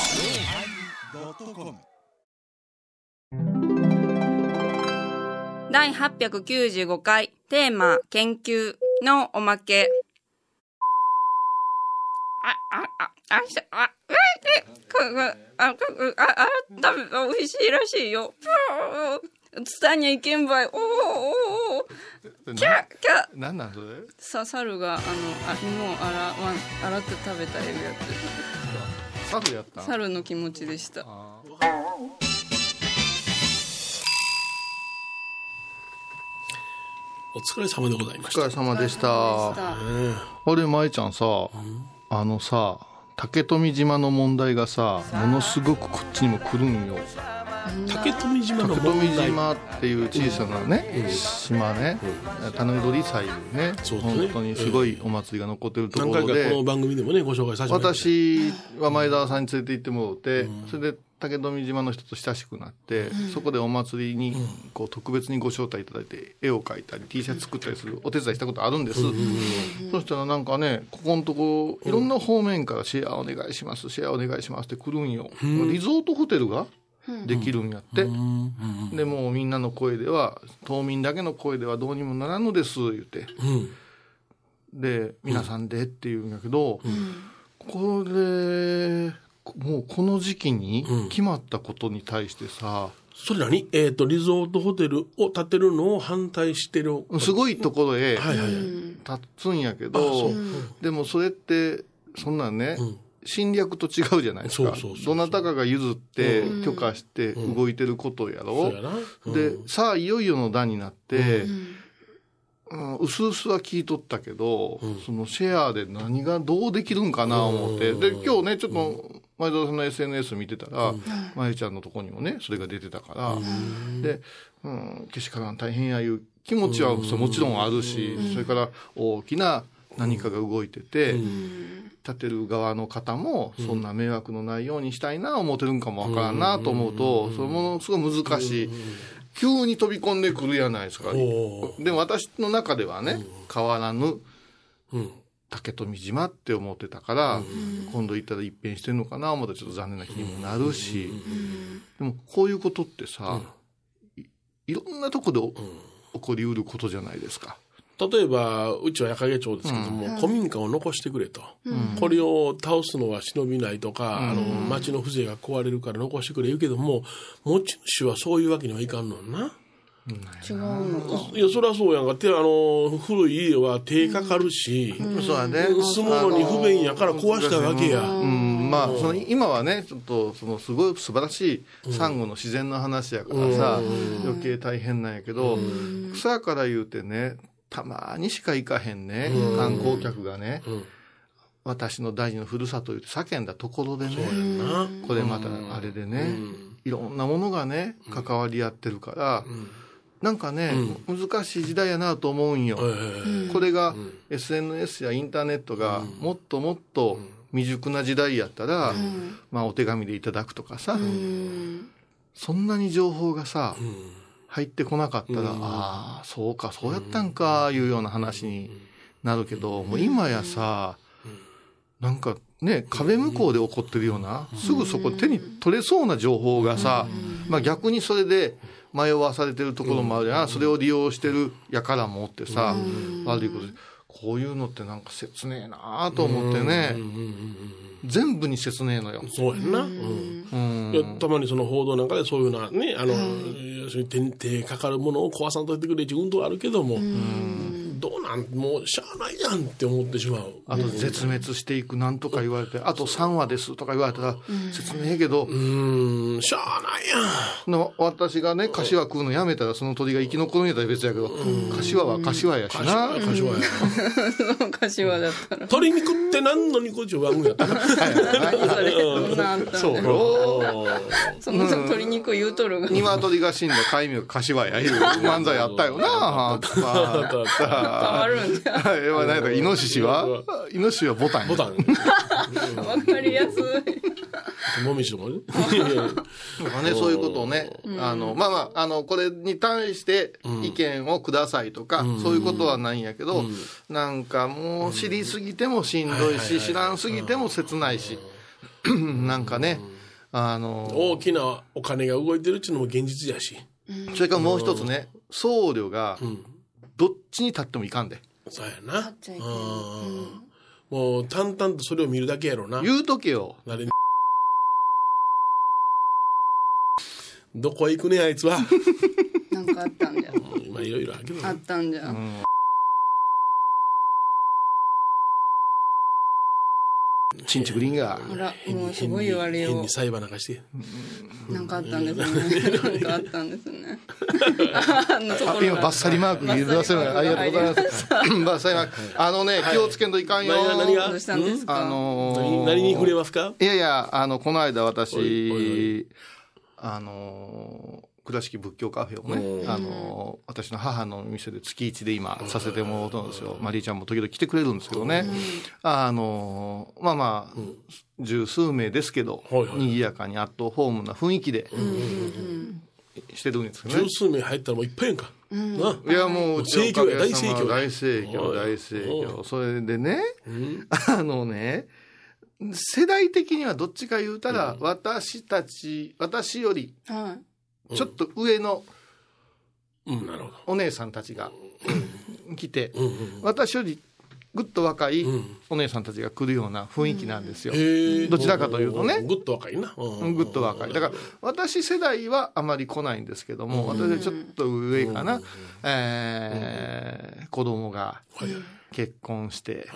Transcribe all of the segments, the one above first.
yosmir 第895回テーマ研究のおまけ。あ、あ、あ、あ、しあ、うえ、え、く、く、あ、く、く、あ、あ、だめ、あ美味しいらしいよ。ぷーつたにゃいけんばい。おーおーおーキャッキャッなんなんそれさ、猿が、あの、あ、芋を洗わん、洗って食べたエビやつ。サフやったん猿の気持ちでした。あーお疲れ様でございましお疲た。れ様でしでしたたあれ舞ちゃんさ、あのさ竹富島の問題がさものすごくこっちにも来るんよ竹富島の竹問富題。島っていう小さなね、島ね、種取り祭いうねそうだね本当にすごいお祭りが残ってるとこ何回ろかで、この番組でもね、ご紹介させてもらいまし私た。は前澤さんに連れて行ってもらって、それで竹富島の人と親しくなって、そこでお祭りにこう特別にご招待いただいて絵を描いたり T シャツ作ったりするお手伝いしたことあるんです、そしたらなんかねここのとこいろんな方面からシェアお願いしますシェアお願いしますって来るんよ、リゾートホテルができるんやって、でもうみんなの声では島民だけの声ではどうにもならんのです言って。うん。で皆さんでっていうんだけど、これもうこの時期に決まったことに対してさ、それ何えっ、と、リゾートホテルを建てるのを反対してる。すごいところへはいはいはい。立つんやけど、でもそれってそんなんね、侵略と違うじゃないですかそうそうそうそうどなたかが譲って許可して動いてることやろ、そうやな。うんで、さあいよいよの段になって、うんうすうすは聞いとったけど、そのシェアで何がどうできるんかな思って、で今日ねちょっと前澤さんの SNS 見てたら、まゆちゃんのとこにもねそれが出てたから、で、うん、けしからん大変やいう気持ちはそうもちろんあるし、それから大きな何かが動いてて、立てる側の方もそんな迷惑のないようにしたいな思ってるんかもわからんなと思うと、それものすごい難しい、急に飛び込んでくるやないですか、おでも私の中ではね、変わらぬうん。竹富島って思ってたから、今度行ったら一変してんのかな思ったらちょっと残念な気にもなるし、でもこういうことってさ、いいろんなとこでお起こりうることじゃないですか。例えば、うちは矢影町ですけども、古民家を残してくれと。これを倒すのは忍びないとか、あの、町の風情が壊れるから残してくれ言うけども、持ち主はそういうわけにはいかんのんな。違うのか。いや、そりゃそうやんか。て、あの、古い家は手かかるし、そうだね住むのに不便やから壊したわけや。うん、まあ、その今はね、ちょっと、そのすごい素晴らしいサンゴの自然の話やからさ、余計大変なんやけど、草から言うてね、たまにしか行かへんね、観光客がね、ん私の大事のふるさと言って叫んだところでね、な。これまたあれでね、いろんなものがね、関わり合ってるから、なんかね、難しい時代やなと思うんよ。えーこれが SNS やインターネットがもっともっと未熟な時代やったら、まあ、お手紙でいただくとかさ、そんなに情報がさ、入ってこなかったら、ああそうかそうやったんかいうような話になるけど、もう今やさ、なんかね壁向こうで起こってるような、すぐそこ手に取れそうな情報がさ、まあ、逆にそれで迷わされてるところもあるやん、それを利用してるやからもおってさ、悪いことでこういうのってなんか切ねえなあと思ってね、全部に切ねえのよ。そうやんな。うんうんいやたまにその報道なんかでそういうなね、あの、要するに手に手かかるものを壊さんといてくれっていう運動はあるけども、どうなん、もうしゃあないやんって思ってしまう。あと絶滅していくなんとか言われて、あと3話ですとか言われたら、説明ええけど、うーん、しゃあないやん。の私がね、柏食うのやめたらその鳥が生き残るんやったら別やけど、柏は柏やしな。柏柏や。柏だったら。鶏肉って何の肉っちゅう番組やったなそれ、そんなんあった そうね。その鶏肉言うとるが。鶏が死んだ戒名が柏やいう漫才あったよな。あったあったあるんじゃん。はい、はないだからイノシシはイノシシはボタンや。ボタン。わかりやすい。もみじと かね。いやいやとかね、そういうことをね、あの、まあまあ、あの、これに対して意見をくださいとか、そういうことはないんやけど、なんかもう知りすぎてもしんどいうんし、知らんすぎても切ないし、なんかね、あの、大きなお金が動いてるっていうのも現実やし。それからもう一つね、僧侶がうん。どっちに立ってもいかんで。そうやな。っちゃいけうないん。もう淡々とそれを見るだけやろな。言うとけよ。誰にどこへ行くねんあ いつは。なんかあったんじゃん。まあいろいろあるけどあっな。たんじゃ。うんんチンチクリンが。あら、もうすごい言われ変よに裁判なんかして。う。なんかあったんですね。なんかあったんですね。あのところあ今がバッサリマーク入れ出せるのありがとうござい ます。バッサリマーク。あのね、気をつけんといかんよ。何が何がどうしたんですあか。の何ー何に触れますかいやいや、あの、この間おいおい私、あのー倉敷仏教カフェをうね、んあのー私の母の店で月一で今させてもらうとんですよ。マリーちゃんも時々来てくれるんですけどね。あのーまあまあ、十数名ですけどはいは、い賑やかにアットホームな雰囲気でしてるんですけどね十。数名入ったらもういっぱいやんか。ないやもう、盛況や大盛況や大盛況、はい大盛は況。それでね、うん。 あのね、世代的にはどっちか言うたら、私たち、私より、はちょっと上のうん、なるほど。お姉さんたちが来て、うんうん。私よりぐっと若いうんお姉さんたちが来るような雰囲気なんですよ。へえどちらかというとねんグッと若いな。うんぐっと若い。だから、私世代はあまり来ないんですけども、私はちょっと上かな、えー子供がはいはい結婚して、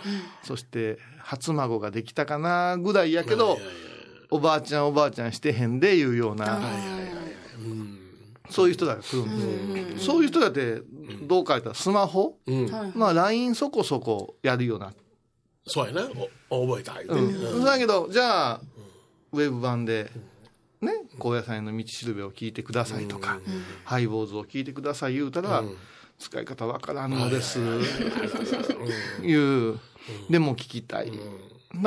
そして初孫ができたかなぐらいやけど、おばあちゃんおばあちゃんしてへんでいうような、そういう人らが来るんですよ。そういう人だって、どうか言ったらスマホうんい。はい。まあ LINE そこそこやるような。そうやな。お覚えた。言うてうねん。だけど、じゃあ、ウェブ版で、ね、高野菜の道しるべを聞いてくださいとか、ハイボーズを聞いてください言うたら、使い方わからんのです、いう。でも聞きたい。で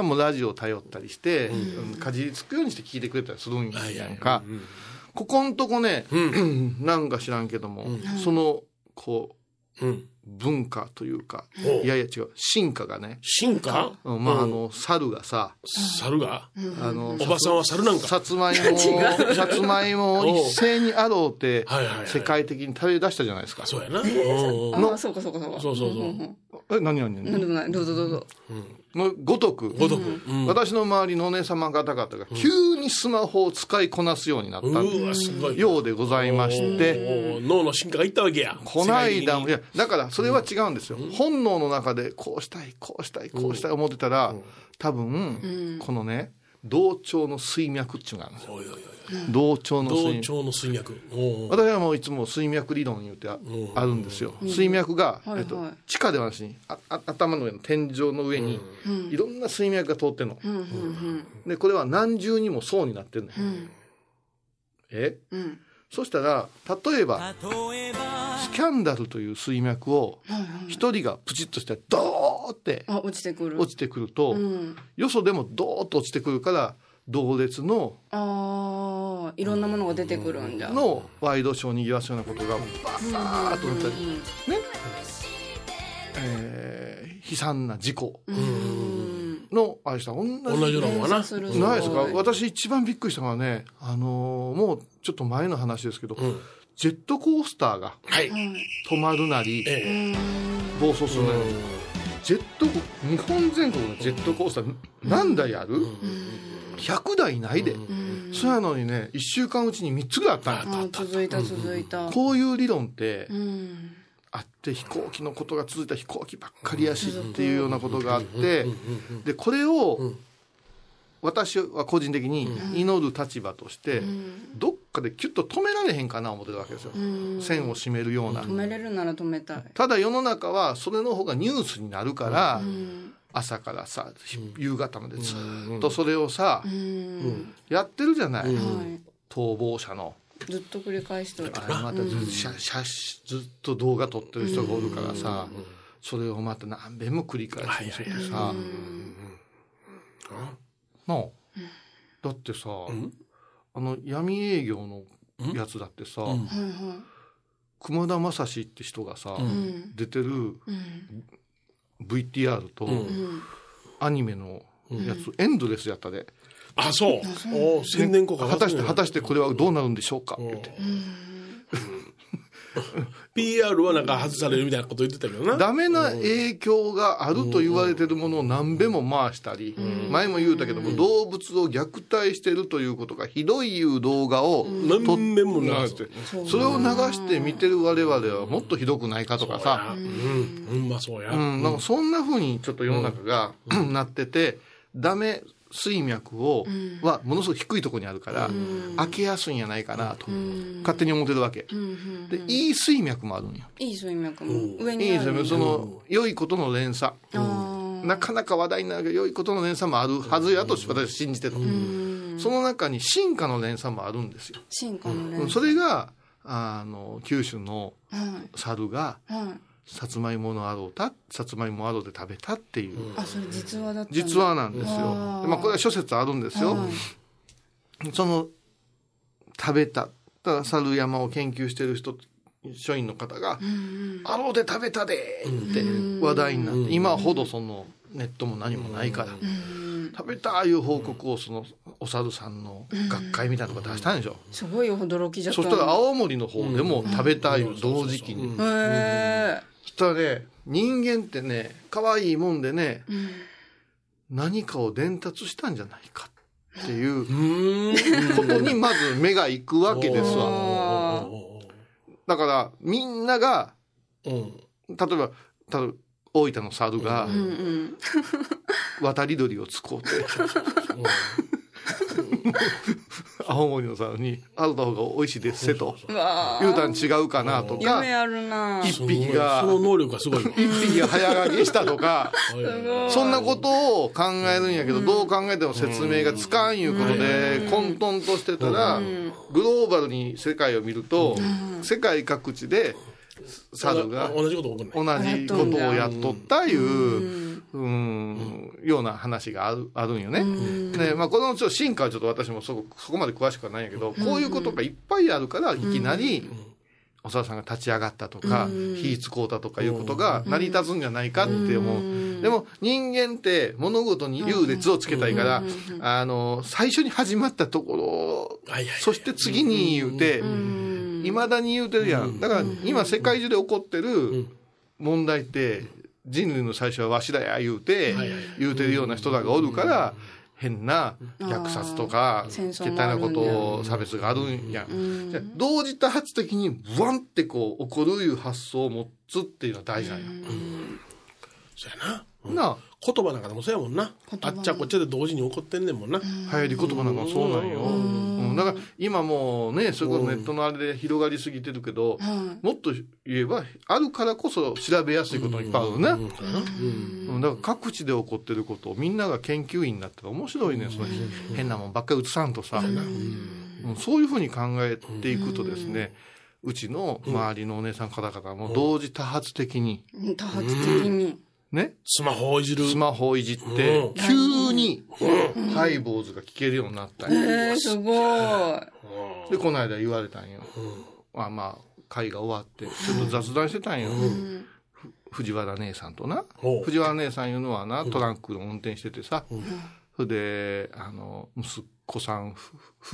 もラジオ頼ったりして、かじりつくようにして聞いてくれたりするんはいやはいんか。ここんとこね、なんか知らんけども、その、こう、うん。文化というか、おいやいや違う、進化がね、進化うんまあ、あ、の、猿がさ、猿があの、おばさんは猿なんか。さつまいもを、さつまいもを一斉にあろうってはいはいはい、世界的に食べ出したじゃないですか。そうやな。うんうんあ、そうかそうかそうか。そうそうそうんんんえ、何々なん何でもない。どうぞどうぞ。々のごとく、ごとく。うん私の周りのお姉様方々が急にスマホを使いこなすようになったうわ、すごい。ようでございまして、おー脳の進化がいったわけや。こないだも、い世界や、だからそれは違うんですよ。本能の中で、こうしたい、こうしたい、こうしたい思ってたら、多分、このね、同調の水脈っていうのがあるんですよ。的においおい同調のお水い同脈。調の水脈。おー私はもういつも水脈理論言うてああるんですよ。水脈が、はいはいえっと、地下ではなしに、ああ頭の上の天井の上に、いろんな水脈が通ってんの。うんうんで、これは何重にも層になってんのよ。えうんうん。そしたら、例えば、例えばスキャンダルという水脈を、一人がプチッとして、ドーってあ、落ちてくる。落ちてくると、うん。よそでもドーッと落ちてくるから同列のああ、いろんなものが出てくるんじゃ。のワイドショーをにぎわすようなことがバーッとなったりね、えー悲惨な事故のあれした同じ同じようなもんはな。するないですかごい私一番びっくりしたのはね、あのーもうちょっと前の話ですけど、んジェットコースターがはい。止まるなりええ。暴走するなり、うんジェットコ日本全国のジェットコースター何台ある、100台ないで、そやのにね1週間うちに3つぐらいあったんやああー続いた続いた。こういう理論ってうん。あって飛行機のことが続いた飛行機ばっかりやしっていうようなことがあってでこれを私は個人的に祈る立場としてどっかでキュッと止められへんかな思ってたわけですよ線を締めるような止めれるなら止めたい。ただ世の中はそれの方がニュースになるから朝からさ夕方までずっとそれをさうん。やってるじゃないは逃亡者の。い。ずっと繰り返しとる。あれまたず,、写写ずっと動画撮ってる人がおるからさ、それをまた何遍も繰り返してさ、はいはいはいのだってさ、んあの闇営業のやつだってさ、うんはいは熊田正史って人がさ、うい。うんん。出てるうん。 VTR とうんうん。アニメのやつ、エンドレスやったで、あ、そう。おー宣伝効果果たして果たして。してこれはどうなるんでしょうか、うん言って PR はなんか外されるみたいなこと言ってたけどな。ダメな影響があると言われてるものを何べも回したり、前も言うたけども、動物を虐待してるということがひどいいう動画を何撮っ面も流なして、それを流して見てる我々はもっとひどくないかとかさ、うん、うん、まあそうや。うん、なんかそんな風にちょっと世の中が、なってて、ダメ水脈を、はものすごく低いところにあるから、開けやすいんやないかなと、勝手に思ってるわけ。うんうん。で、いい水脈もあるんよ。いい水脈も。上いにいあ水る。脈、その、良いことの連鎖。あなかなか話題になるけど良いことの連鎖もあるはずやと私は信じてる、その中に進化の連鎖もあるんですよー、進化の連それがあの九州のはい。猿がはい。さつまいものアローたさつまいもアローで食べたっていう、あ、それ実話だったんだ実。話なんですよ、あーまあ、これは諸説あるんですよ、はいその食べたただ猿山を研究してる人署員の方が「アローで食べたで!」って話題になって、今ほどそのネットも何もないから、食べたいう報告をそのお猿さんの学会みたいなとこ出したんでしょ、すごい驚きじゃったその。したら青森の方でも食べたいう同時期に、へそしたらね人間ってね可愛いもんでね、え。何かを伝達したんじゃないかっていううーん。ことにまず目が行くわけですわ。わおーだからみんながうん。例えば例えば大分の猿がうんうん。渡り鳥を使うて、青森の猿に「あるた方が美味しいですせ」とうわ言うたん違うかなとか夢あるな一匹がその能力がすごいわ。一匹早書きしたとかそんなことを考えるんやけど、どう考えても説明がつかんいうことで、混沌としてたら、グローバルに世界を見ると、世界各地で猿が同じこと起こ同んない。じことをやっとったいう、うん、ような話があるあるんよね。ねまあ、このちょっと進化はちょっと私もそこそこまで詳しくはないんやけど、こういうことがいっぱいあるから、いきなり、おさらさんが立ち上がったとか、火つこうたとかいうことが成り立つんじゃないかって思う。でも人間って物事に優劣をつけたいから、あの、最初に始まったところ、はいはい。そして次に言うて、いまだに言うてるやん。だから今世界中で起こってる問題って、人類の最初はわしだや言うてはいはい、言うてるような人らがおるから、変な虐殺とか、ー戦汚争もあるなんやことを差別があるんやん。じゃあ同時多発的に、ワンってこう、起こるいう発想を持つっていうのは大事なんや。そうやな。な言葉なんかでもそうやもんな。あっちゃこっちゃで同時に起こってんねんもんな。あ、流行り言葉なんかもそうなんよ。うんだから今もうね、それこそネットのあれで広がりすぎてるけど、はいもっと言えば、あるからこそ調べやすいことがいっぱいあるね。うんそうやなうんだから各地で起こってることをみんなが研究員になったら面白いね、その変なもんばっかり映さんとさ、うんそういうふうに考えていくとですね、うちの周りのお姉さん方々も同時多発的に、うん多発的にね、スマホをいじる。スマホをいじってうん、急にハイボーズが聞けるようになったりえー、すごいで、この間言われたんよ。まあまあ、会が終わって、ちょっと雑談してたんよ。ふ藤原姉さんとな。おう藤原姉さんいうのはな、トランクの運転しててさ、それで、あの、息子さん夫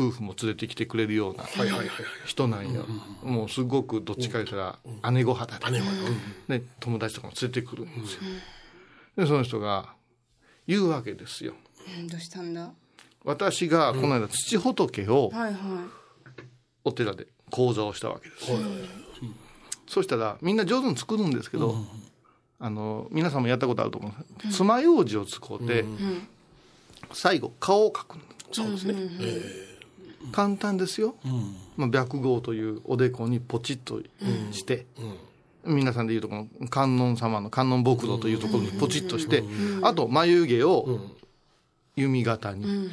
夫婦も連れてきてくれるようなはいはいはいはい。人なんよ。もうすごくどっちか言ったら、姉御肌で姉はうんね、友達とかも連れてくるんですよ。で、その人が言うわけですよ。うんどうしたんだ私がこの間土仏をはいはいお寺で講座をしたわけです。そしたらみんな上手に作るんですけど、あの皆さんもやったことあると思うんです爪楊枝を使って、最後顔を描くのそうですね。え簡単ですよ、えうん。まあ、白毫というおでこにポチッとして、皆さんでいうとこの観音様の観音木土というところにポチッとして、あと眉毛を弓形に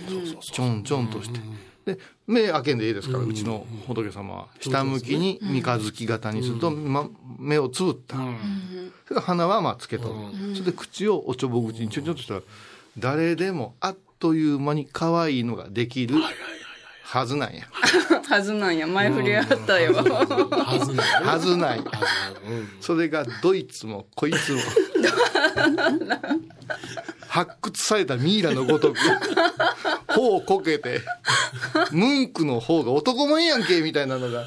ちょんちょんとして。で目開けんでいいですから、うちの仏様は下向きに三日月型にすると、ま、目をつぶった、それから鼻はまあつけとる、それで口をおちょぼ口にちょんちょんとしたら誰でもあっという間に可愛いのができるはずなんや。はずなんや。前振りあったよ。はずなはずなんや。のうんそれがどいつもこいつも。発掘されたミイラのごとく、頬をこけて、ムンクの方が男もんやんけ、みたいなのが、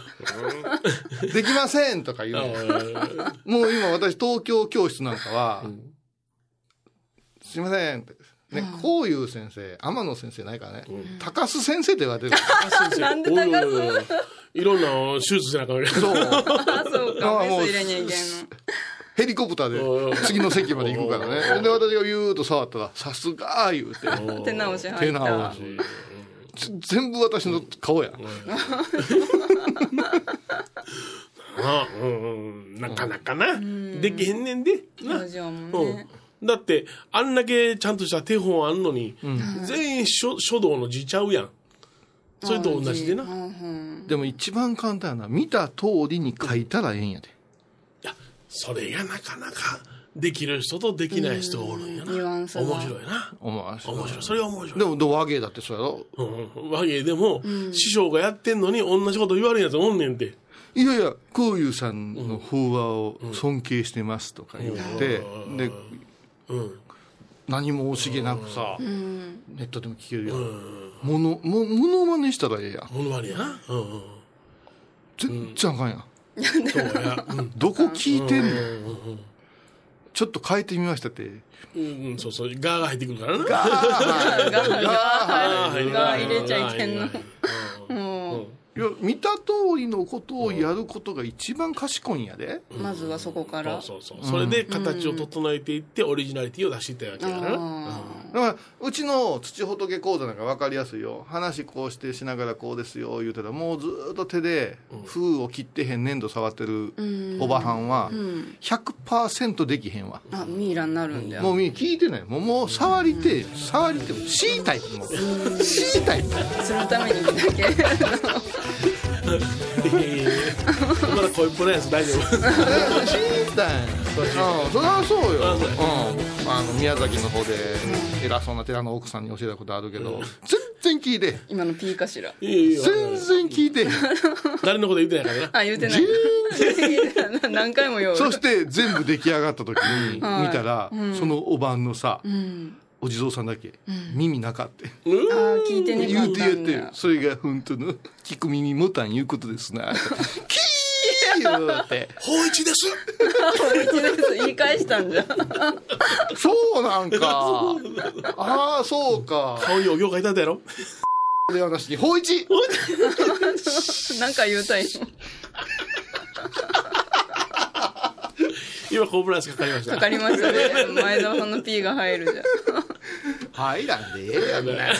できませんとか言うのもう今私東京教室なんかは、すいませんって。ね、こういう先生、天野先生ないからね、高須先生って言われてる。なんで高須おいおいおいいろんな手術せなあかんねそう。あ、そうか。あもうメス入れにゃいけんの。ヘリコプターで次の席まで行くからね。で、私がビューッと触ったら、さすがー言うて。手直し入った。手直しつ全部私の顔や。うんうんうんなかなかな。できへんねんで。な表情もね。うん、だって、あんだけちゃんとした手本あんのに、全員書書道の字ちゃうやん。それと同じでな。うんうんでも一番簡単な、見た通りに書いたらええんやで。いやそれがなかなかできる人とできない人がおるんやな。うんニュアン面スが白いな。思わせ面白い。それは面白い。でも、どう和芸だってそうやろ。うん、和芸でも、師匠がやってんのに同じこと言われるやつおんねんて。いやいや、空優さんの法話を尊敬してますとか言って、で、うん。何も惜しげなくさ、ネットでも聞けるやん。もの、も、ものまねしたらええやん。ものまねやな。うんうん。全然あかんやん。 そうや。うんどこ聞いてんのちょっと変えてみましたって。うんうん、そうそう、ガーが入ってくるからな。ガーガーガー入るガー入れちゃいけんの。うんいや見た通りのことをやることが一番賢いんやで、まずはそこから。そうそうそう。それで形を整えていって、オリジナリティを出していったわけやからな。あだからうちの土仏講座なんか分かりやすいよ話こうしてしながらこうですよ言うてたらもうずーっと手で封を切ってへん粘土触ってるおばはんは100%できへんわ、ーあ、ミイラになるんだよ。もうみんな聞いてないもうもう触りてえ触りてえ C タイプもう C タイプするためにだけ。 いやいやいやまだ恋っぽないやつ大丈夫。 うん死んだんやうんそりゃそうよ、うん、あの宮崎の方で偉そうな寺の奥さんに教えたことあるけど全然聞いて今の P かしら。いやいや全然聞い て誰のこと言ってないからな。あ、言うてな全い。 何回も言う。そして全部出来上がった時に見たら、そのおばんのさ、うん。お地蔵さんだけ、耳なかってあー、聞いてね。言うてこんな言んっだてそれが本当の「聞く耳もたんいうことです な」キー言うて法一です言い返したんじゃん。 「そうなん かああそうか」顔にお行がいたんだやろ で私に「法一!」なんか言うたいの。今コンプライアンスかかりました。わかりましたね。前澤さんの P が入るじ入らんでええやんな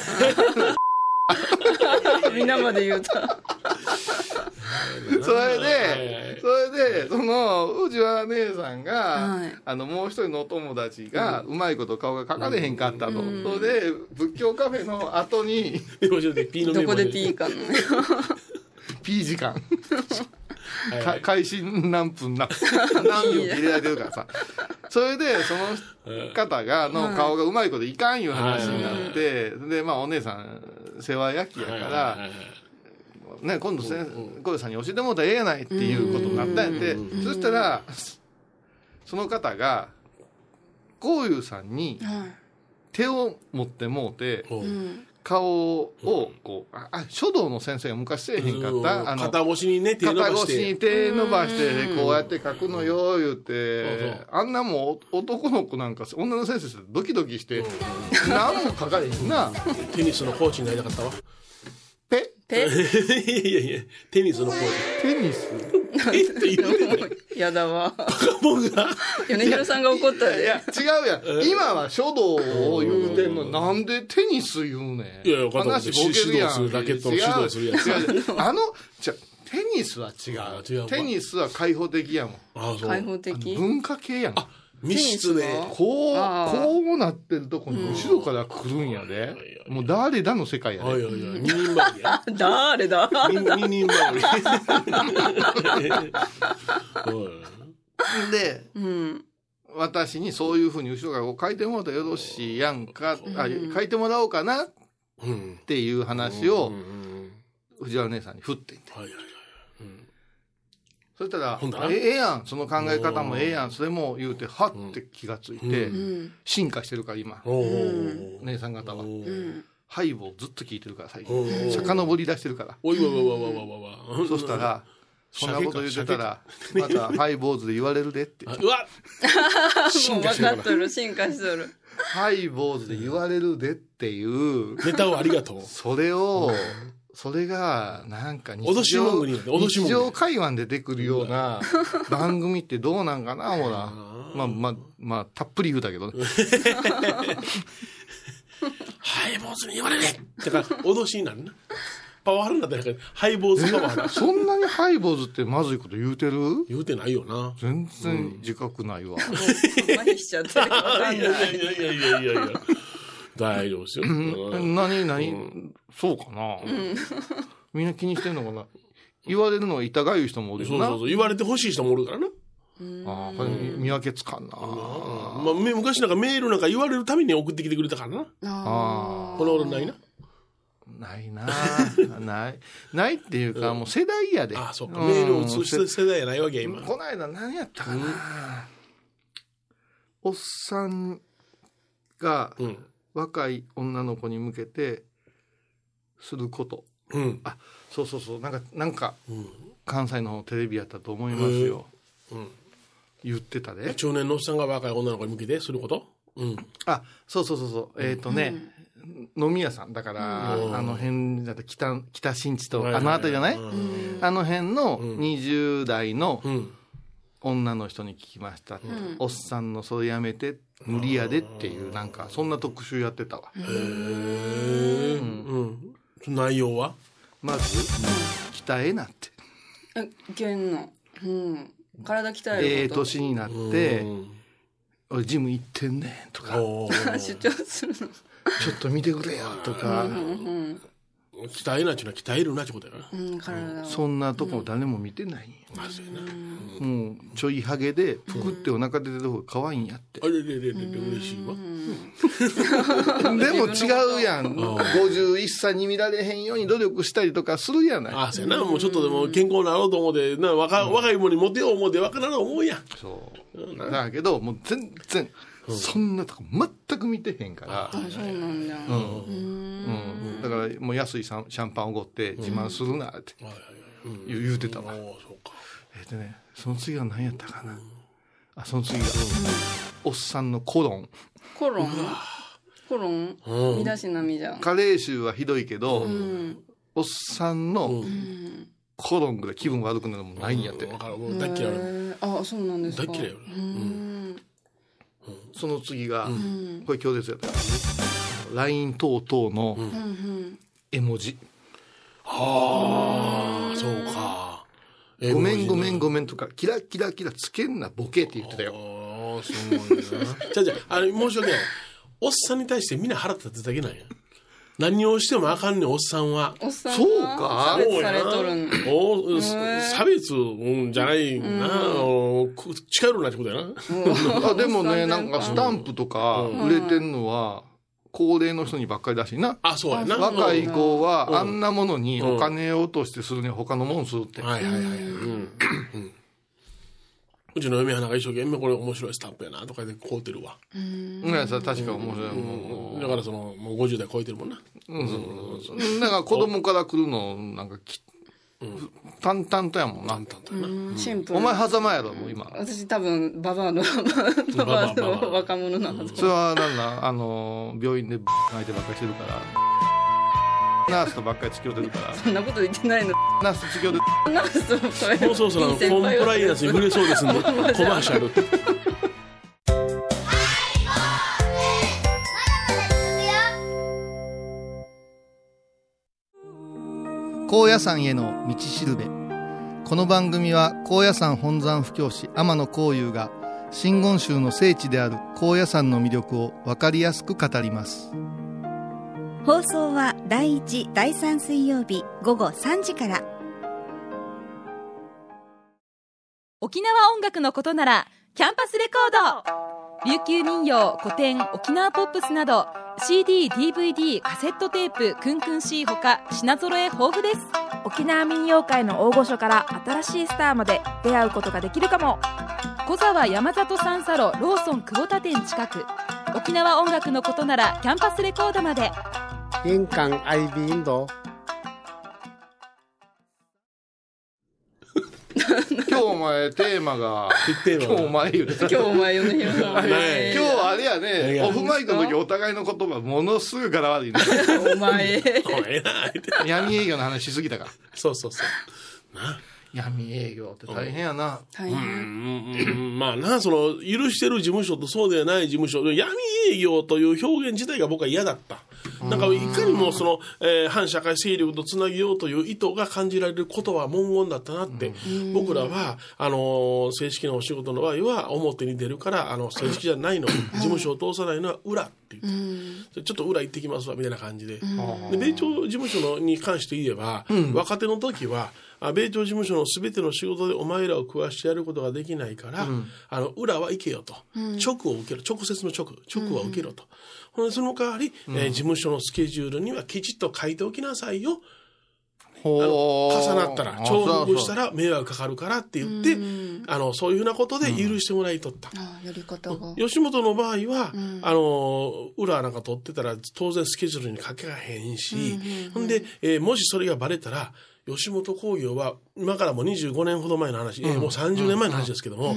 ゃん。皆まで言うた。 それはいはいで、それで、その、うちは姉さんが、はいあの、もう一人のお友達が、うまいこと顔が描かれへんかったと。それで、仏教カフェの後に、 今ちょっと P のどメこモで P かの。 P 時間、はいはかい開始何分 な、何秒って入れられてるからさ。それで、その方が、の顔がうまいこといかんいう話になって、で、まあ、お姉さん、世話焼きやかはいはらい、はいね、今度せん、小さんに教えてもらったらええやないっていうことになったんやって、そしたら、その方が、こういうさんに手を持ってもうて、ほう顔を、こう、あ、あ書道の先生が昔せえへんかった、あの、肩越しにね、手伸ば肩し越しにて。手伸ばして、こうやって書くのよ、言ってそう、あんなもん男の子なんか、女の先生ってドキドキして、何も書かれへん な。テニスのコーチになりたかったわ。ペ、ペいやいやいや、テニスのコ ーチ。テニス。えって言うてない。やだわ。僕が。米広さんが怒ったいでや。、違うやん。今は書道を言うてんのに、なんでテニス言うねん。いやいや片方で話ボケるやん。指導するラケットの指導するやつ違う違う違うあの、じゃテニスは違あう違うテニスは開放的やもん。あ、そ開う。放的。文化系やん。密室で。こう、あーこうなってるとこに後ろから来るんやで。もう誰だの世界やはいはいで。はい。二人羽織 や。誰だ二二 人羽織。おいで、うん。私にそういうふうに後ろからこう書いてもらうたらよろしいやんか、あ書いてもらおうかなっうん。ていう話をうん藤原姉さんに振ってんて。はいはいはい。そしたらほんだら、えええやん、その考え方もええやん、それも言うて、はって気がついてうう、ん進化してるから今、おうー姉さん方は。おうーんハイボーずっと聞いてるから最お近。ー遡り出してるから。おいわわわわわわわ。そしたら、そんなこと言ってたら、またハイボーズで言われるでって。あ、うわも進 う化分してるかかっらとる進化しとるハイボーズで言われるでっていう、ネタをありがとう。それを、それが、なんか日脅し文句になって脅し日文句常会話に出てくるような番組ってどうなんかな、ほら。まあまあ、まあ、たっぷり言うたけどね。ハイボーズに言われねだから、脅しになるな。パワハラになったら、ハイボーズパワハラ。そんなにハイボーズってまずいこと言うてる言うてないよな。全然自覚ないわ。麻痺しちゃってるか分かんいやない いやいやいやいやいや。大丈夫ですよ。うん何、何、そうかな。みんな気にしてんのかな。言われるのが痛がゆい人もおるそようなそう。そう。言われてほしい人もおるからな。ああ、これ見分けつかんな。まあ、め昔なんかメールなんか言われるために送ってきてくれたからな。あこの俺ないな。ないな ない。ないっていうか、もう世代やで。ああ、そうか。んメールを通じて世代やないわけや、今。この間何やったかな、おっさんがうん。若い女の子に向けてすること。うん。あ、そうそうそう。なんか、なんか、うん。関西のテレビやったと思いますよ。うん。言ってたで。中年のおっさんが若い女の子に向けてすることうん。あ、そうそうそうそう。えっ、とね、飲み屋さん。だから、うんあの辺だって北、北新地と、はいあの辺りじゃない、うん。あの辺のん20代のうん。女の人に聞きましたって、んおっさんのそれやめて無理やでっていうなんかそんな特集やってたわ、へえ。うん。内容はまず鍛えなってえいけんのうん体鍛えええること年になっうてん「俺ジム行ってんねん」とか「おー主張するのちょっと見てくれよ」とか、鍛えなっちゅうのは鍛えるなっちゅうことやな。うん体をそんなとこ誰も見てないんや、まずいな。もうちょいハゲでぷくってお腹出てる方が可愛いんやってあ、れれれれれ、嬉しいわ。でも違うやんん51歳に見られへんように努力したりとかするやないあ、そうやな。もうちょっとでも健康になろうと思って、な、若若いもにモテよう思って若なろう思うやん。そう。だけど、もう全然、そんなとこ全く見てへんから。あそうなんだうん。だから、もう安いシャンシャンパンおごって自慢するなってはいはいはい言う言うてたうんわ。おーそうか。えっとね、その次は何やったかな。あ、その次が、おっさんのコロン。コロンコロンうん身だしなみじゃん加齢臭はひどいけど、うんおっさんのうんコロンぐらい気分悪くなるもんないんやってわ。かる。もう大っ嫌い俺。へえあそうなんですか大っ嫌いようーんその次が、うんこれ強烈やったからね。LINE 等々のうんうん絵文字。ああ、そうか。ごめんごめん。んごめんとか、キラキラキラつけんなボケって言ってたよ。ああ、そうなんやな。じゃあじゃあ、あれ、申し訳ない。おっさんに対してみんな腹立つだけなんや。何をしてもあかんねん、おっさんは。おっさんそうはか差別されとるんおうす差別うんじゃないな、おく近寄るなってことやな。 あでもね、おっなさんんかスタンプとか売れてんのは、高齢の人にばっかりだしな。あ、そうやな。若いうん子は、あんなものにお金を落としてするには他のもんするって。はいはいはい。うん。うんうちの嫁はなんか一生懸命これ面白いスタンプやなとかで買うてるわ。ね、さ確か面白いもだからその、もう50代超えてるもんな。ん。うんそうそうなんか子供から来るの、なんかき、淡々とやもんな。簡単だな。シンプルお前狭間やろ、もう今。私多分ババアのババババアアの若者なはずそれはなんだ、あの、病院で泣いてばっかりしてるから。ナースとばっかり付き合うてるから。そんなこと言ってないのナースと付き合うてるなそうそれもうそろそろあのいいコン先プ輩をライアンスに触れそうですんで、コマーシャル。高野山への道しるべこの番組は高野山本山布教師天野幸雄が真言宗の聖地である高野山の魅力を分かりやすく語ります放送は第1、第3水曜日午後3時から。沖縄音楽のことならキャンパスレコード琉球民謡、古典、沖縄ポップスなど CD、DVD、カセットテープ、クンクン C ほか品揃え豊富です沖縄民謡界の大御所から新しいスターまで出会うことができるかも小沢山里三佐路ローソン久保田店近く沖縄音楽のことならキャンパスレコードまで印鑑 IB インド今日お前テーマが、テー今マ日お前が言うてた今日お前よね、ヒロさん。はい今日あれやいね、やオフマイクの時お互いの言葉ものすぐ柄 悪いね。お前。お前な言うて闇営業の話しすぎたから。そうそうそう。闇営業って大変やな。大う変。んうんうんまあな、その、許してる事務所とそうではない事務所、闇営業という表現自体が僕は嫌だった。なんか、いかにもその、えー反社会勢力とつなげようという意図が感じられることは文言だったなって、僕らは、あのー正式なお仕事の場合は、表に出るから、あの、正式じゃないの、事務所を通さないのは裏って言って、ちょっと裏行ってきますわ、みたいな感じで。で米朝事務所のに関して言えば、若手の時は、あ米朝事務所のすべての仕事でお前らを食わしてやることができないから、あの裏は行けよと、直を受けろ直接の直直は受けろと、ほんでその代わり、えー事務所のスケジュールにはきちっと書いておきなさいよ、あのほー重なったらあ重複しそたうら迷惑かかるからって言って、あのそういうふうなことで許してもらいとった。ああ、やり方が。吉本の場合は、あの、裏なんか取ってたら当然スケジュールに書けがへんし、ほんで、えーもしそれがバレたら、吉本興業は、今からもう25年ほど前の話、えーもう30年前の話ですけども、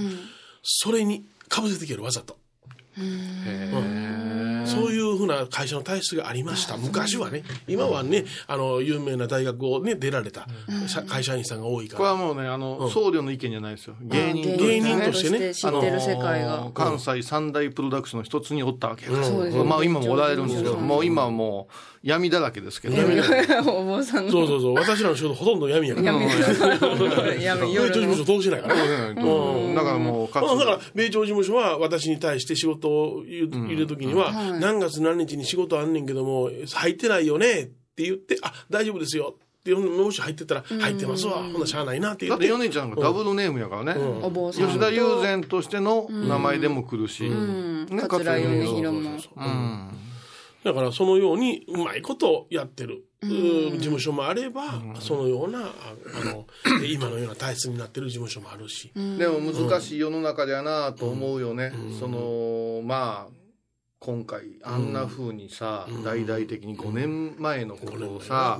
それに被せてきるわざと。うんそういうふうな会社の体質がありました。昔はね、今はね、あの、有名な大学をね、出られたさ会社員さんが多いかこれらは。もうね、あの、僧侶の意見じゃないですよ。芸あ人として芸人としてね知ってる世界あがのー。関西三大プロダクションの一つにおったわけです、そうですねまあ今もおられるんですけど、もう今はもう闇だらけですけど、お坊さんの。そうそうそう、私らの仕事ほとんど闇やから。やめ ろ。やめ、夜夜事務所の。通してないからね。うんだからもうかつあだから、米朝事務所は私に対して仕事を言う入れるときには、何月何日に仕事あんねんけども、入ってないよねって言って、あ、大丈夫ですよって、もし入ってたら、入ってますわ、ほなしゃあないなって言だっってて。米ちゃんがダブルネームやからね、お坊さん。吉田友禅としての名前でも来るし、うん。ね桂米広そうも。そうそううんだから、そのように、うまいことをやってる。うん事務所もあれば、そのような、ああの、 今のような体質になってる事務所もあるし。でも難しい世の中だなと思うよね、そのまあ今回あんな風にさ、大々的に5年前のことをさ、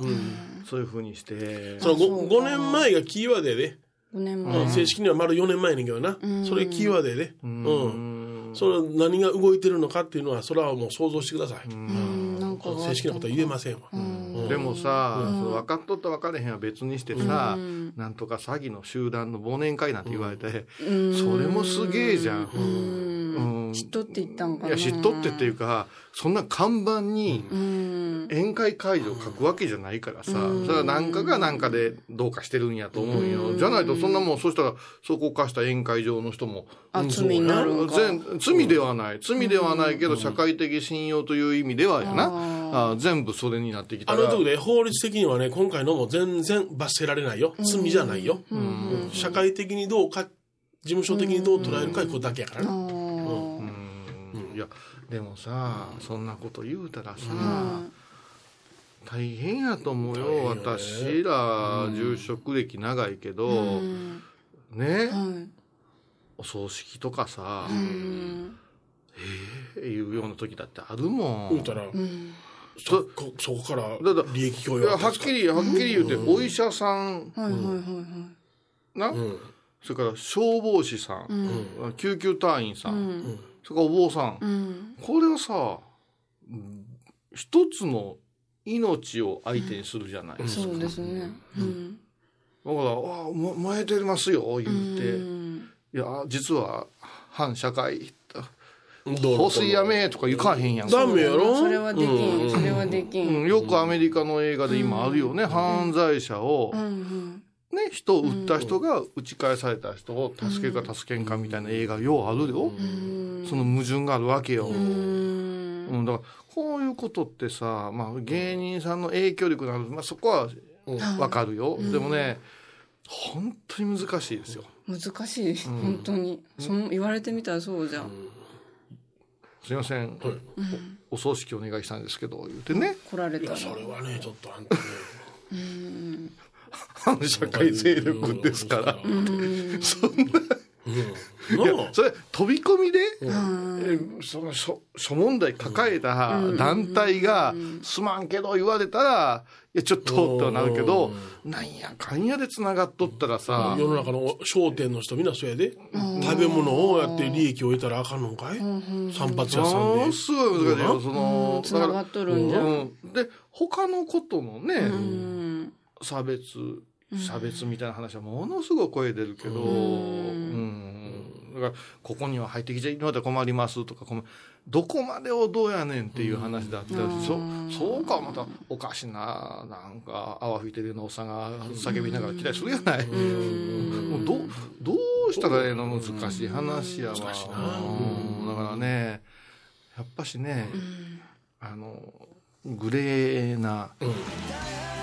そういう風にして、その 5, 年前がキーワードやで、 5年う前ん。正式には丸4年前やねんけどな、それキーワードやで、うんうんそれ何が動いてるのかっていうのはそれはもう想像してください、うん。なんかがあったのか。正式なことは言えませんわ、うんでもさ、その分かっとった分かれへんは別にしてさ、なんとか詐欺の集団の忘年会なんて言われて、うんそれもすげえじゃん。う。うんん知っとって言ったんかいな。や知っとってっていうかそんな看板にうん。宴会会場書くわけじゃないからさ、それは何かが何かでどうかしてるんやと思うよ、じゃないとそんなもんそしたらそこを貸した宴会場の人もあ、罪になるんか。全罪ではない罪ではないけど社会的信用という意味ではやな、あ全部それになってきたあらのとこで法律的にはね今回のも全然罰せられないよ罪じゃないよ、うん社会的にどうか事務所的にどう捉えるかいうことだけやからね、あーうんいやでもさ、そんなこと言うたらさ、大変やと思うよ大変よね私ら住職歴長いけど、ね、はい。お葬式とかさ、うん。えーいうような時だってあるもん。言うたうら、ん。そこそこからだって利益供い与やがはっきりはっきり言うて、お医者さんはいはいはいはい。な、うんそれから消防士さん、救急隊員さん、うん。それからお坊さん、うん。これはさうん一つの命を相手にするじゃないですか。そうですね。うん。だから、わあ、も燃えてますよ、言うて。ういんや、実は、反社会、道路放水やめとか行かへんやん。ダメやろそれはできうんん。それはでき。うんん、よくアメリカの映画で今あるよね。犯罪者を、うんうね、ん。人を撃った人が打ち返された人を助けるか助けんかみたいな映画ようあるよ。その矛盾があるわけよ。うん。うん、だからこういうことってさ、まあ、芸人さんの影響力なの、まあ、そこはわかるよ、でもね本当に難しいですよ。難しい、本当にその言われてみたらそうじゃん、すいません、おお葬式お願いしたんですけど、言うてね、来られたらそれはね、ちょっとあんた ね。反 社会勢力ですから。そんな、うん。いなやあそれ飛び込みで、えーその諸諸問題抱えた団体が「すまんけど」言われたら「いやちょっと」ってはなるけどなんやかんやでつながっとったらさ世の中の商店の人みんなそうやで食べ物をやって利益を得たらあかんのかい散髪屋さんもでのすごい難しいようんそのつだなかがらっとるんじゃん、うんで他のことのね、うん差別差別みたいな話はものすごい声出るけど、うんだからここには入ってきちゃいけないと困りますとかこのどこまでをどうやねんっていう話だったり、そそうかまたおかしななんか泡吹いてるようなおっさんが叫びながら来たりするやない、もうどうどうしたらええの難しい話やわ、難しいなうんだからねやっぱしね、あのグレーな、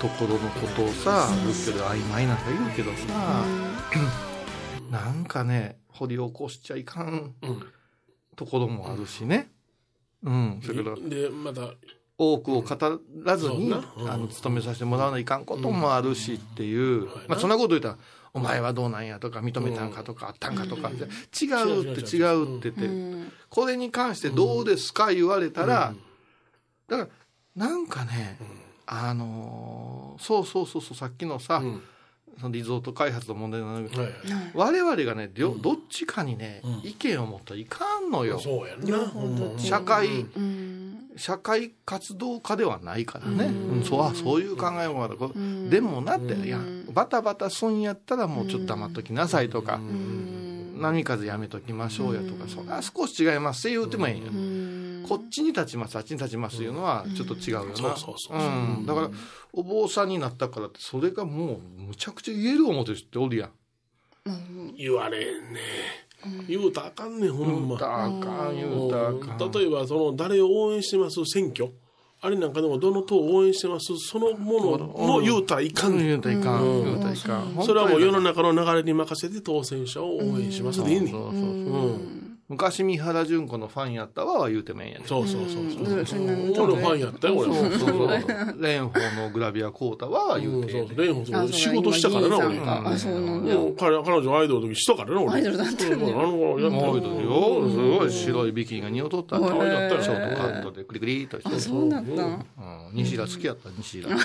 ところのことをさ仏教で曖昧なんか言うけどさ、なんかね掘り起こしちゃいかんところもあるしね。うん、それからうんでまた多くを語らずに、そうだなあの勤めさせてもらわないかんこともあるしっていう、まあ、そんなこと言ったら「お前はどうなんや」とか「認めたんか」とか「あったんか」とかって「違う」って「違う」って言って、これに関して「どうですか?」言われたら、だからなんかね、あのーそうそうそうそうさっきのさ、うんそのリゾート開発の問題なのはい我々がねどどっちかにね、意見を持ったらいかんのよ。そうやんなうん社会、社会活動家ではないからね、うんそうあそういう考えもある、こうでもなって、いやバタバタすんやったらもうちょっと黙っときなさいとか、波風やめときましょうやとか、そあ少し違いますって言うてもええんよ、こっちに立ちますあっちに立ちますいうのはちょっと違うよな、そうそうそううんだからお坊さんになったからってそれがもうむちゃくちゃ言える思ってる人っておるやん。言われんね言うたらあかんねんほ言んまうたらあかん言うたらあかん。例えばその誰を応援してます選挙あれなんかでもどの党を応援してますそのものも言うたらいかんね言んうたらいかん言うたらいかん。それはもう世の中中の流れに任せて当選者を応援しますでいいねんそうそうそううん昔三原純子のファンやったわは言うてめんやねそうそうそうそううんそんなの俺ファンやったよ俺そうそうそう蓮舫のグラビアこうたは言ううんてそええうねそう蓮舫そう仕事したからな俺あそうなんだうん彼彼女アイドルの時したからな俺アイドルだったよねうんあの頃やっんたもう言うてるよすごい白いビキニが似劣ったって可愛かったよショートカットでクリクリっとしてあそうだったんうん西田好きやった西田あ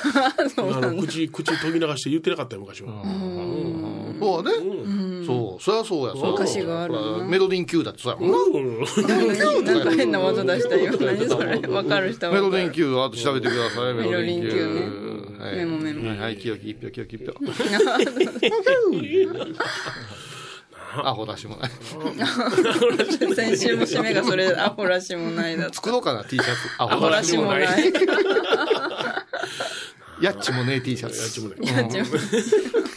の口口研ぎ流して言ってなかったよ昔はそうやねそうそりゃそうやそうお菓子があるなほらメロディン級だってそうやもんなうんなんか変な技出したよ何それわかる人はメロわかディンる級、あと調べてください、メロディンメロデ級。はいメモメモはいはい、清き一票、清き 一票。アホ出しもない。 先週も締めがそれアホらしもないだ作ろうかな、T シャツ。アアホらしもないやっちもねえ T シャツ。やっちもねうん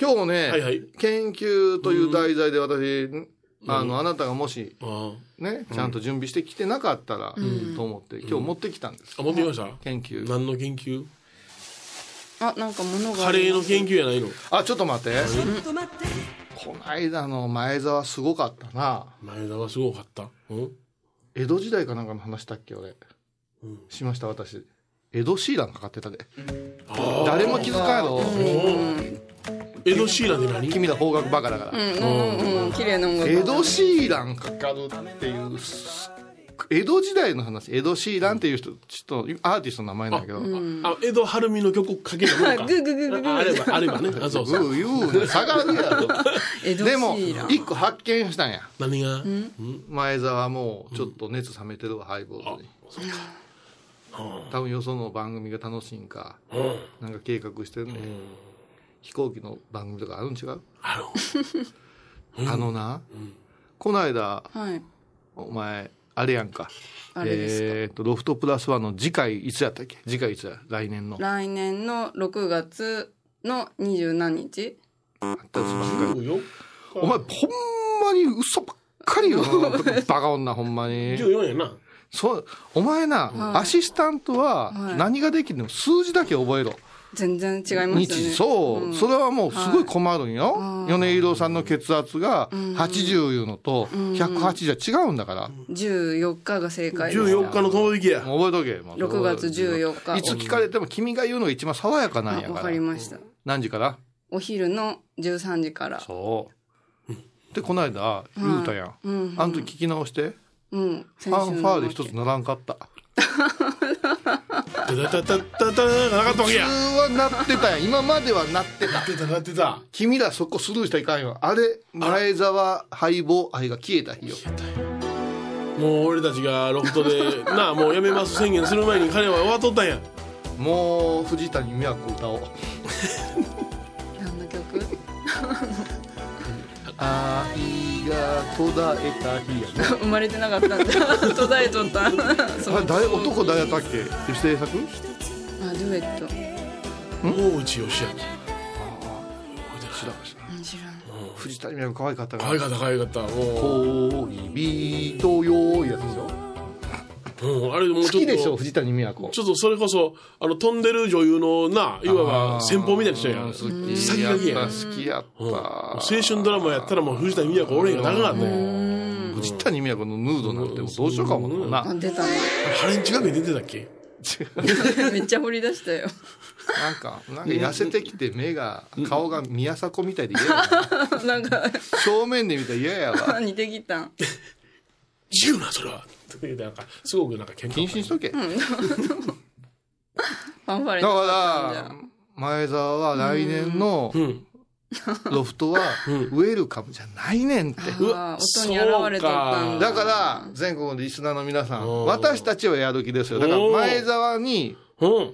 今日もね、はいはい研究という題材で私、あの、あなたがもし、 あね、ちゃんと準備してきてなかったら、と思って、今日持ってきたんです。あ持ってきました研究。何の研究 あなんか物がカありレーまのす研究やないのあ、ちょっと待って。こないだの前澤すごかったな。前田はすごかったうん江戸時代かなんかの話したっけ俺、しました私江戸シーランかかってたで誰も気づかんやろエド・シーランで何君ら方角バカだから、うんうんうん綺麗な音楽江戸シーランかかるっていうす江戸時代の話江戸シーランっていう人ちょっとアーティストの名前なんだけど、あ、江戸晴美の曲かけたものか。グーグーグーグーグーああれば、あればね。あ、そうそう。ういうな下がるやろ江戸シでもーラン一個発見したんや何が前澤はもうちょっと熱冷めてるわ、ハイボールに多分よその番組が楽しいんか、なんか計画してるね、飛行機の番組とかあるん違うあの、あのな、こないだはいお前あれやんかあれですかえーっとロフトプラスワンの次回いつやったっけ次回いつや来年の来年の6月の二十何日14お前ほんまに嘘ばっかりよバカ女ほんまに14やな。そうお前な、アシスタントは何ができるの数字だけ覚えろ、全然違いますよ日ね。時そう、んそれはもうすごい困るんよ、はい米色さんの血圧が80いうのと108じゃ違うんだから、 14日が正解です。 14日の友引や。もう覚えとけもう6月14日いつ聞かれても君が言うのが一番爽やかなんやあわかからりました。何時からお昼の13時から。そうでこの間言うたやん、うんうんあの時聞き直してうん。フ先ァン週フのァわーけで一つならんかった普たたたたたたなかったわけ通や。はなってたやん今まではなってたなってたなってた。君らそこスルーしたらいかんよあれ前沢敗北愛が消えた日よもう俺たちがロフトで、なあ、もうやめます宣言する前に彼は終わっとったんや。もう藤谷美和子歌おう何の曲 愛が途絶えた日やね生まれてなかったんだ。 途絶えとった。そうあれ 誰男誰やったっけ吉田栄作あ、デュエット。もう内義明。知らん知らん知らん。藤谷美和子可愛かったか可愛らかった可愛かった。も恋人よいやつでしょう、うん、あれもう好ちょきでしっょと。藤谷美和子ちょっとそれこそ、あの、飛んでる女優のな、いわば先方みたいな人やん。好うんきやった好きやっもうた青春ドラマやったらもう藤谷美和子俺が長かったんや藤谷美和子のヌードなんてもうどうしようかもなあ、な出た な。ハレンチ学園出てたっけめっちゃ掘り出したよ。 なんかなんか痩せてきて目が顔が宮迫みたいで嫌やななんか、正面で見たら嫌やわ似てきたん。違うな、それは。というなんか、すごくなんか喧嘩謹慎しとけだファンファレにから前澤は来年のうん。ロフトはウェルカムじゃないねんってうわ音に現れとったんだから全国のリスナーの皆さんおー私たちはやる気ですよだからおー前澤にうん。前澤の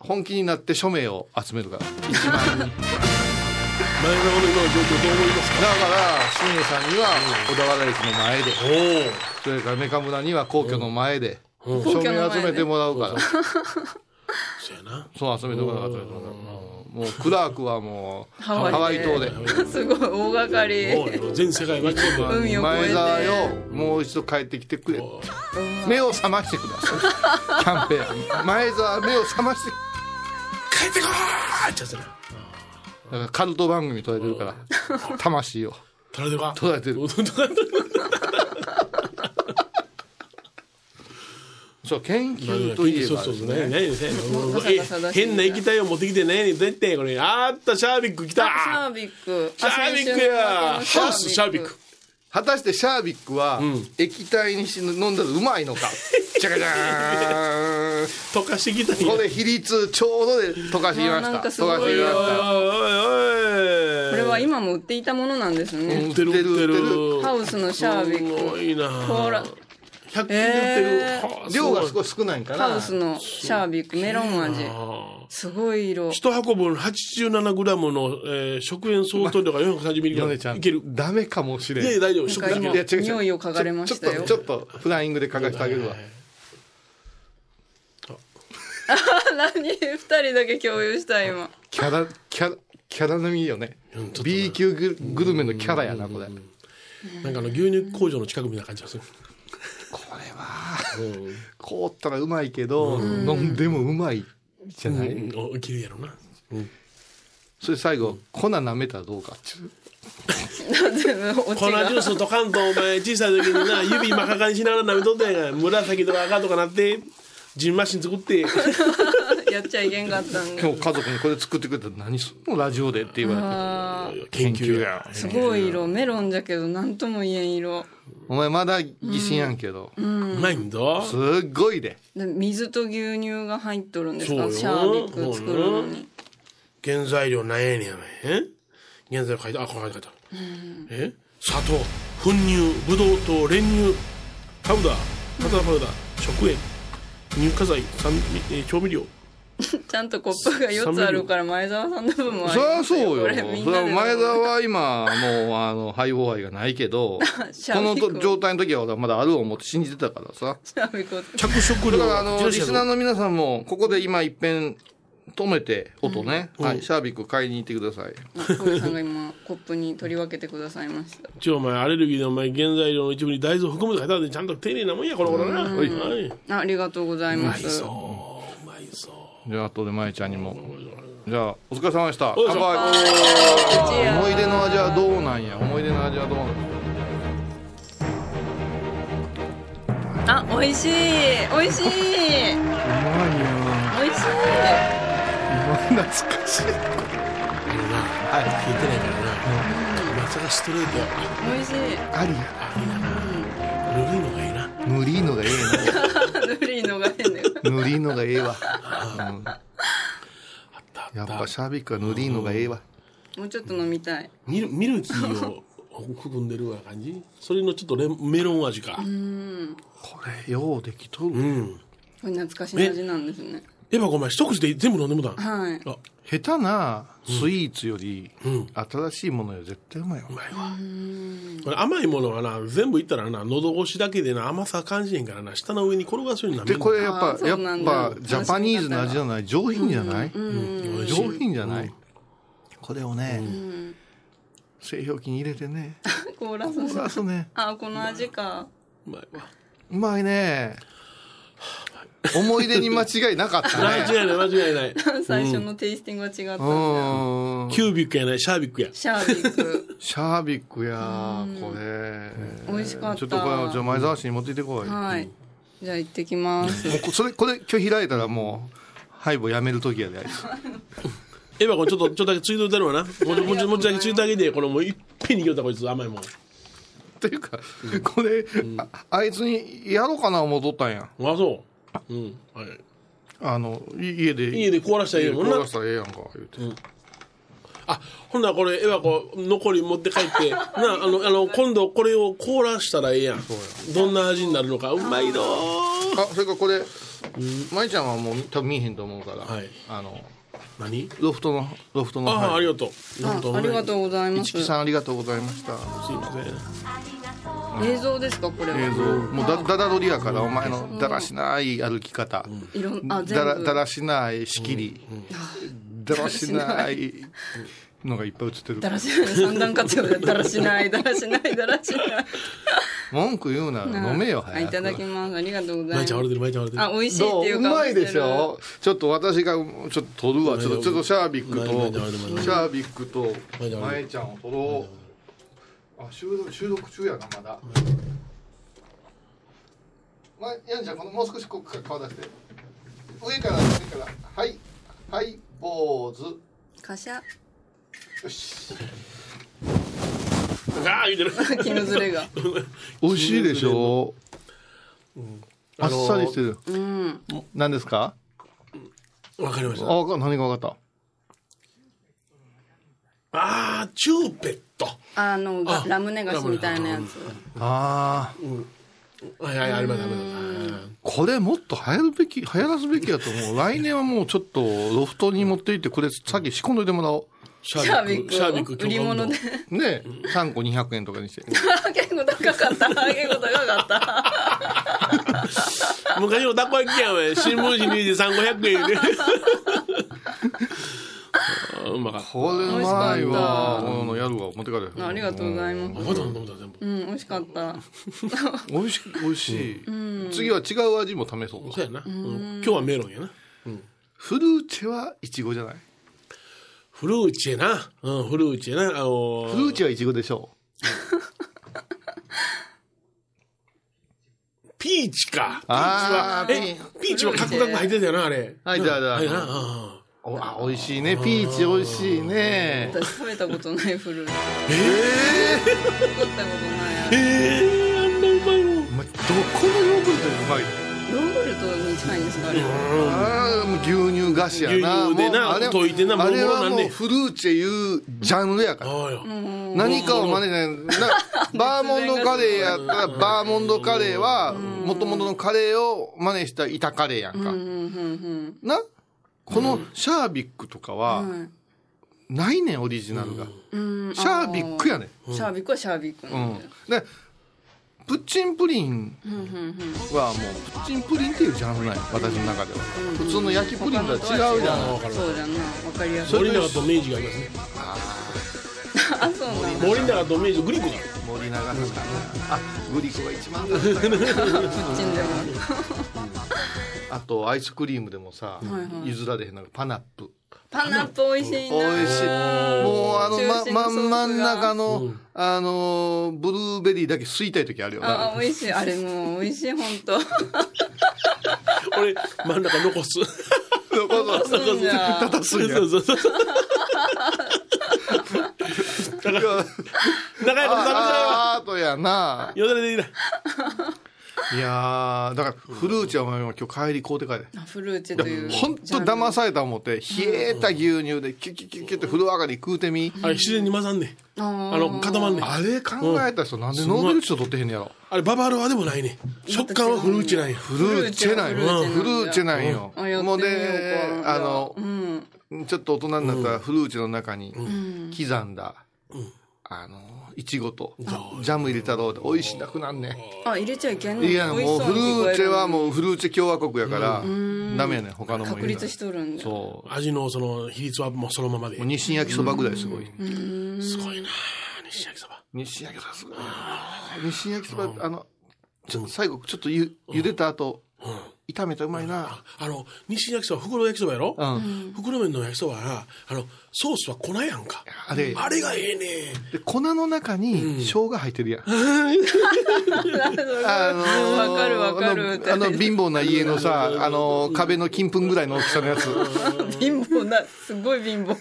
本気になって署名を集めるからだから今の状況どう思いますか新栄さんには小田原駅の前でそれからメカ村には皇居の前でうんうん署名集めてもらうからそうやな。そう集めてもらうからもうクラークはもうハハワイでワイ島ですごい大掛かり。もうよ全世界巻き込んで。海を越え前て澤よもう一度帰ってきてくれ目を覚ましてくださいキャンペーン前澤目を覚まして帰ってこーってやつやな。だからカルト番組捉えてるから魂を取られてこー捉えてるそう研究といえばそうそうそうねねねガサガサ出して変な液体を持ってきてね絶対これあったシャービック来たシャービック。シャービックやハウスシャービック。果たしてシャービックは液体にし飲んだらうまいのか、じゃかじゃーん溶かしてきたんやここで比率ちょうどで溶かしてきましあーなたんかす溶ごいかしてきましたおいおいおいこれは今も売っていたものなんですね。売売ってる売ってるハウスのシャービすッごク。いなほら100均で売ってる、えーはあ量がすご少し少ないんかなハウスのシャービック、メロン味。すごい色。一箱分87グラムの、えー、食塩相当量が430ミリグラム米ちゃんいけるダメかもしれんいやいや大丈夫なん食かだけ今で匂いを嗅がれましたよちょっとちょっとフライングで書かせてあげるわ 何二人だけ共有した今。キャラキャラキャラのいいよねうんちょっとね B 級グルグルメのキャラやなこれなんかあの牛乳工場の近くみたいな感じがする、これはうん凍ったらうまいけど飲んでもうまいじゃない、うん、おいけるやろな、それ最後粉舐めたらどうかっていう全部落粉ちジューが。スとかんとお 前小さい時にな指真っ赤にしながら舐めとったやんか紫とか赤とかなってジンマシン作 ってやっちゃいけんかったんで。今日家族にこれ作ってくれたら何すんのラジオでって言われてあー研究やすごい色。メロンじゃけど、なんとも言えん色。お前まだ疑心やんけど、うまいんだすっごいでで水と牛乳が入っとるんですそうかよシャービック作るのに。原材料なんやねんやめ原材料書いてあこれ書いてある、え砂糖粉乳ブドウ糖練乳パウダーカタパウダー食塩乳化剤酸味えー調味料ちゃんとコップが4つあるから前澤さんの分もあそりりゃますそうよこそれりみんゃなで前田は今もうあの配合愛がないけどシャこーのビとッ状ク態の時は俺はまだある思って信じてたからさシャービックを着色だ料からあのリジェラシースナーの皆さんもここで今一遍止めて音ね、はうい、んシャービック買いに行ってくださいあ小林さんが今コップに取り分けてくださいました。一応お前アレルギーでお前原材料の一部に大豆を含むと書いてあるんでちゃんと丁寧なもんやこの頃なはいあありがとうございます。そううまいそうじゃあ後でまえちゃんにもじゃあお疲れ様でしたおいしょ乾杯思い出の味はどうなんや思い出の味はどうなんあ美味しい美味しい美味しやうまいな懐かしいあのな、聞いてないからな、まさかストレートやい美味しいありあいいなぬるいのがいいなや塗りのがえぬるいのが変だよえな塗りのがええわ、うんあったあ ったやっぱシャービックは塗りのがええわもうちょっと飲みたいミルミルキーを含んでるような感じそれのちょっとレンメロン味かうん、これようできとる、これ懐かしい味なんですねエヴァごめん一口で全部飲んでもだはいあ下手なスイーツより、ん新しいものより絶対うまいわ、うまいわこれ甘いものはな全部いったらな喉越しだけでな甘さ感じへんからな舌の上に転がすようになるでこれやっあーぱそやっうなんだぱジャパニーズの味じゃない上品じゃない、うん上品じゃない、これをね、製氷機に入れてねコーラスプラスねあこの味かうまいわうまいね思い出に間違いなかっ たね間違いない間違いない最初のテイスティングは違った、うんキュービックやないシャービックやシャービッ クシャービックやこれ美味しかったちょっとこれじゃあ前澤氏に持っていってこい、もはいじゃあ行ってきますうこそれこれ今日開いたらもうハイボやめる時やであいつエヴァこれちょっとちょっとだけついといたるわなもうちょもうちょもうちょだけついてあげてこのもういっぺんにいけたこいつ甘いもんっていうか、これ、ああいつにやろうかな思うとったんやあそううんはいあのい家で家で凍らしたらいいもん家なで壊したらええやんか言うて、あほんならこれエヴァこう残り持って帰 ってなあのあの今度これを凍らしたらええやんどんな味になるのかうまいのーあそれからこれ、舞ちゃんはもう多分見えへんと思うから、はいあの何ロフトのロフトのああありがとうあありがとうございま一す木さんありがとうございましたすいません映像ですかこれは映像もうだだだどりやからお前のだらしない歩き方、いろんあ全だら部だらしない仕切り、だらしないのがいっぱい映ってるだらしない三段活用でだらしないだらしないだらしない文句言うなら飲めよあ早いくただきますありがとうございま舞ちすゃん笑ってる舞ちゃん笑ってるあ美味しいどっうていううかまいでしょちょっと私がうんちょっと取るわちょっとちょっとシャービックうまいねうまいねうまいとねシャービックとまいねまえちゃんを取ろうあ収録収録中やなまだまやんちゃんこのもう少しこう顔出して上から上からはいはい坊主カシャよしああ言うてる気のズレ が美味しいでしょああっのさりしてるうん何ですかわかりましあたわか何が分かったああチューペットあのがあラムネ菓子みたいなやつああはいはいありましたありましたはいこれもっと流行るべき、流行らすべきやと 思う。来年はもうちょっとロフトに持っていって、これ先仕込んどいてもらおシャービックシャービックをシャービック売り物で う。ねえ、3個200円とかにして。結構高かった結構高かった昔のたこ焼きやんお 前新聞紙に入れて3500円であーうまかったこれうまいわ。美味しかったこのやるわ、持って帰れ。ありがとうございまあすまだ飲んだ全部うん美味しかった美味しい、美味しい。次は違う味も試そうそうやな、うん今日はメロンやなフルーチェはイチゴじゃないフルーチェな、うん、フルーチェな、あのーフルーチェはイチゴでしょピーチか。あーえ、ピーチはカクカク入ってたよな、あれ。う。はい、じゃあ、じゃあはいな、ああの、おあ美味しいね。ピーチ美味しいね。私食べたことないフルーツえ作ったことなーいえー、あんなうまいもん。ー、お前、どこのヨーグルトよりうまいヨーグルトに近いんですかあれあーもう牛乳菓子やな牛乳でなもうあれ溶いてなあれもうもうはなんもうでフルーチェいうジャンルやからああよ。何かを真似じ ゃないなバーモンドカレーやったらバーモンドカレーはもともとのカレーを真似した板カレーやんかうんうんうんなこのシャービックとかははいないねんオリジナルがうんシャービックやねんシャービックはシャービックなんだよでプッチンプリンはもうプッチンプリンっていうジャンルない私の中では普通の焼きプリンとは違うじゃんそうだなわかりやすい森永と明治がありますね。あそうなんだ森永と明治、グリコがある。森永さんあグリコが一番だったキッチンでもあとアイスクリームでもさ、譲られへんのがパナップパナップ美味しいな。美味しいもうあの中心ままソースが真ん中の、うんあのブルーベリーだけ吸いたい時あるよあなあ、美味しい。 あれもう美味しい、本 当。俺、真ん中残す。そうそうそうそうじゃあすんやそうそうそう。いや長いこと食べちゃうわ。あアートやなよだれでいいな。いやーだからフルーチはお前は今日帰り買うて帰れあ フルーチェという。ほんと騙された思って冷えた牛乳でキュキュキュキュって風呂上がり食うてみあれ、自然に混ざんねん。あーあの、固まんねん。あれ考えた人なんでノーベル賞取ってへんねやろあれ、ババロアでもないねん。食感はフルーチェなんや。フルーチェないフフルルーチェなんだーチェないよあやってみようかもうであのうん。ちょっと大人になったらフルーチェの中に刻んだ、あのいちごとジャム入れたろうで美味しなくなんねあ、入れちゃいけんのいや美味もしうそフルーチェはうもうフルーチェ共和国やから、ダメやね他のにも聞こえる。確入れな立いしとるんで。そう味のその比率はもうそのままでもう。日清焼きそばぐらいすごい、すごいなぁ西焼きそば。日清焼きそばすごい日清焼きそばあのちょ最後ちょっとゆ茹でた後、炒めたらうまいな、あの、西焼きそば、袋焼きそばやろうん袋麺の焼きそばはな、あの、ソースは粉やんか。あれあれがええねで粉の中に生姜入ってるやん、あのーわかるわかるってあのあの貧乏な家のさ、あのー壁の金粉ぐらいの大きさのやつ。 貧乏な、すごい貧乏。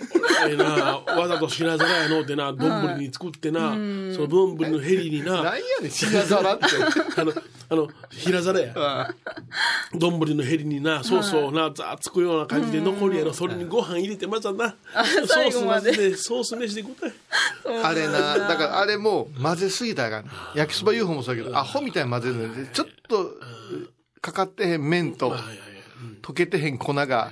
ええなわざと品皿やのってな、丼に作ってな、その丼のヘリに なな、んやねん、品皿って。あの、あの、平皿や。丼のヘリにな、ソースをな、ざーつくような感じで残りやの、それにご飯入れてまたな、ソー最ス後なましでで、ソース飯で答え。 あれな、だからあれも混ぜすぎたらあかん。焼きそば UFO もそうやけど、アホみたいに混ぜるのに、ちょっと、かかってへん麺と、いやいや溶けてへん粉が。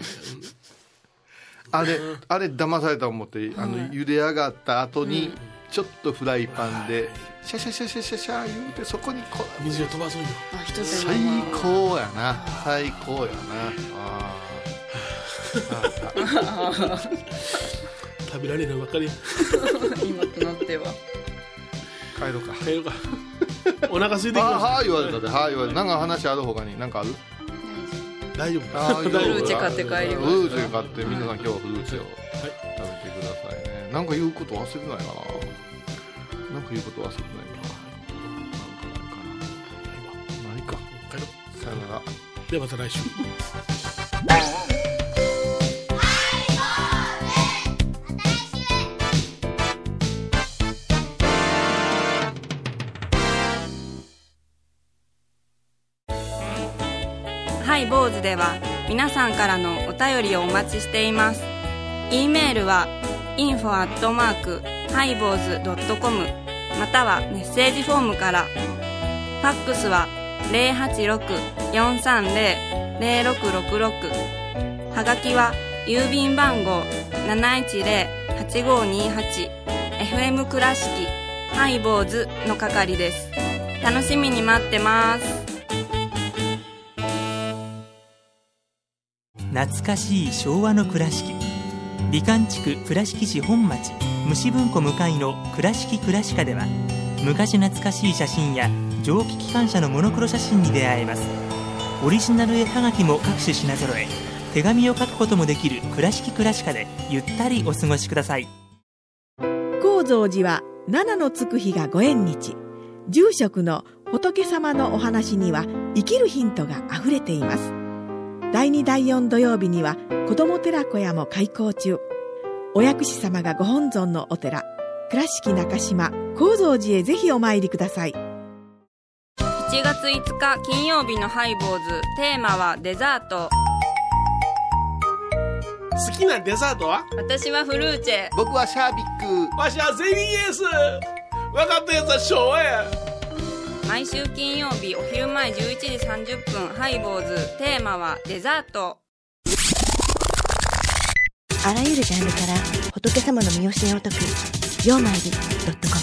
あれ、あれ騙された思って、あの、茹で上がった後に、ちょっとフライパンで、シャシャシャシャシャシャ言うて、そこに粉水を飛ばそうよ。 あ、一つ最高やな最高やなあ食べられないばっかりや。今となっては。ー帰ろうか帰ろうか。お腹空いてきあまはい言われたではい言われたなんか話あるほかに何かあるした。大丈夫。あー大フ丈夫ルーチェ買って帰りフまルす。ーチェ買って皆さん今日フルーチェを食べてくださいねなんか言うこと忘れてないかななんか言うこと忘れてないかななんかないかな帰ろないかさよならうではまた来週。ハイボーズでは皆さんからのお便りをお待ちしています。e メールは info アットマークハイボーズドットコムまたはメッセージフォームから。ファックスは086-430-0666はがきは郵便番号710-8528 FM 倉敷ハイボーズの係です。楽しみに待ってます。懐かしい昭和の倉敷美観地区倉敷市本町虫文庫向かいの「倉敷倉歯科」では昔懐かしい写真や蒸気機関車のモノクロ写真に出会えますオリジナル絵はがきも各種品揃え手紙を書くこともできる「倉敷倉歯科」でゆったりお過ごしください高蔵寺は七のつく日がご縁日住職の仏様のお話には生きるヒントがあふれています第2第4土曜日には子ども寺小屋も開校中お薬師様がご本尊のお寺倉敷中島・高蔵寺へぜひお参りください1月5日金曜日のハイボーズテーマはデザート好きなデザートは私はフルーチェ僕はシャービックわしはゼリーエース分かったやつは昭和や毎週金曜日お昼前11時30分ハイボーズテーマはデザートあらゆるジャンルから仏様の身教えを解く「曜マイルドットコム」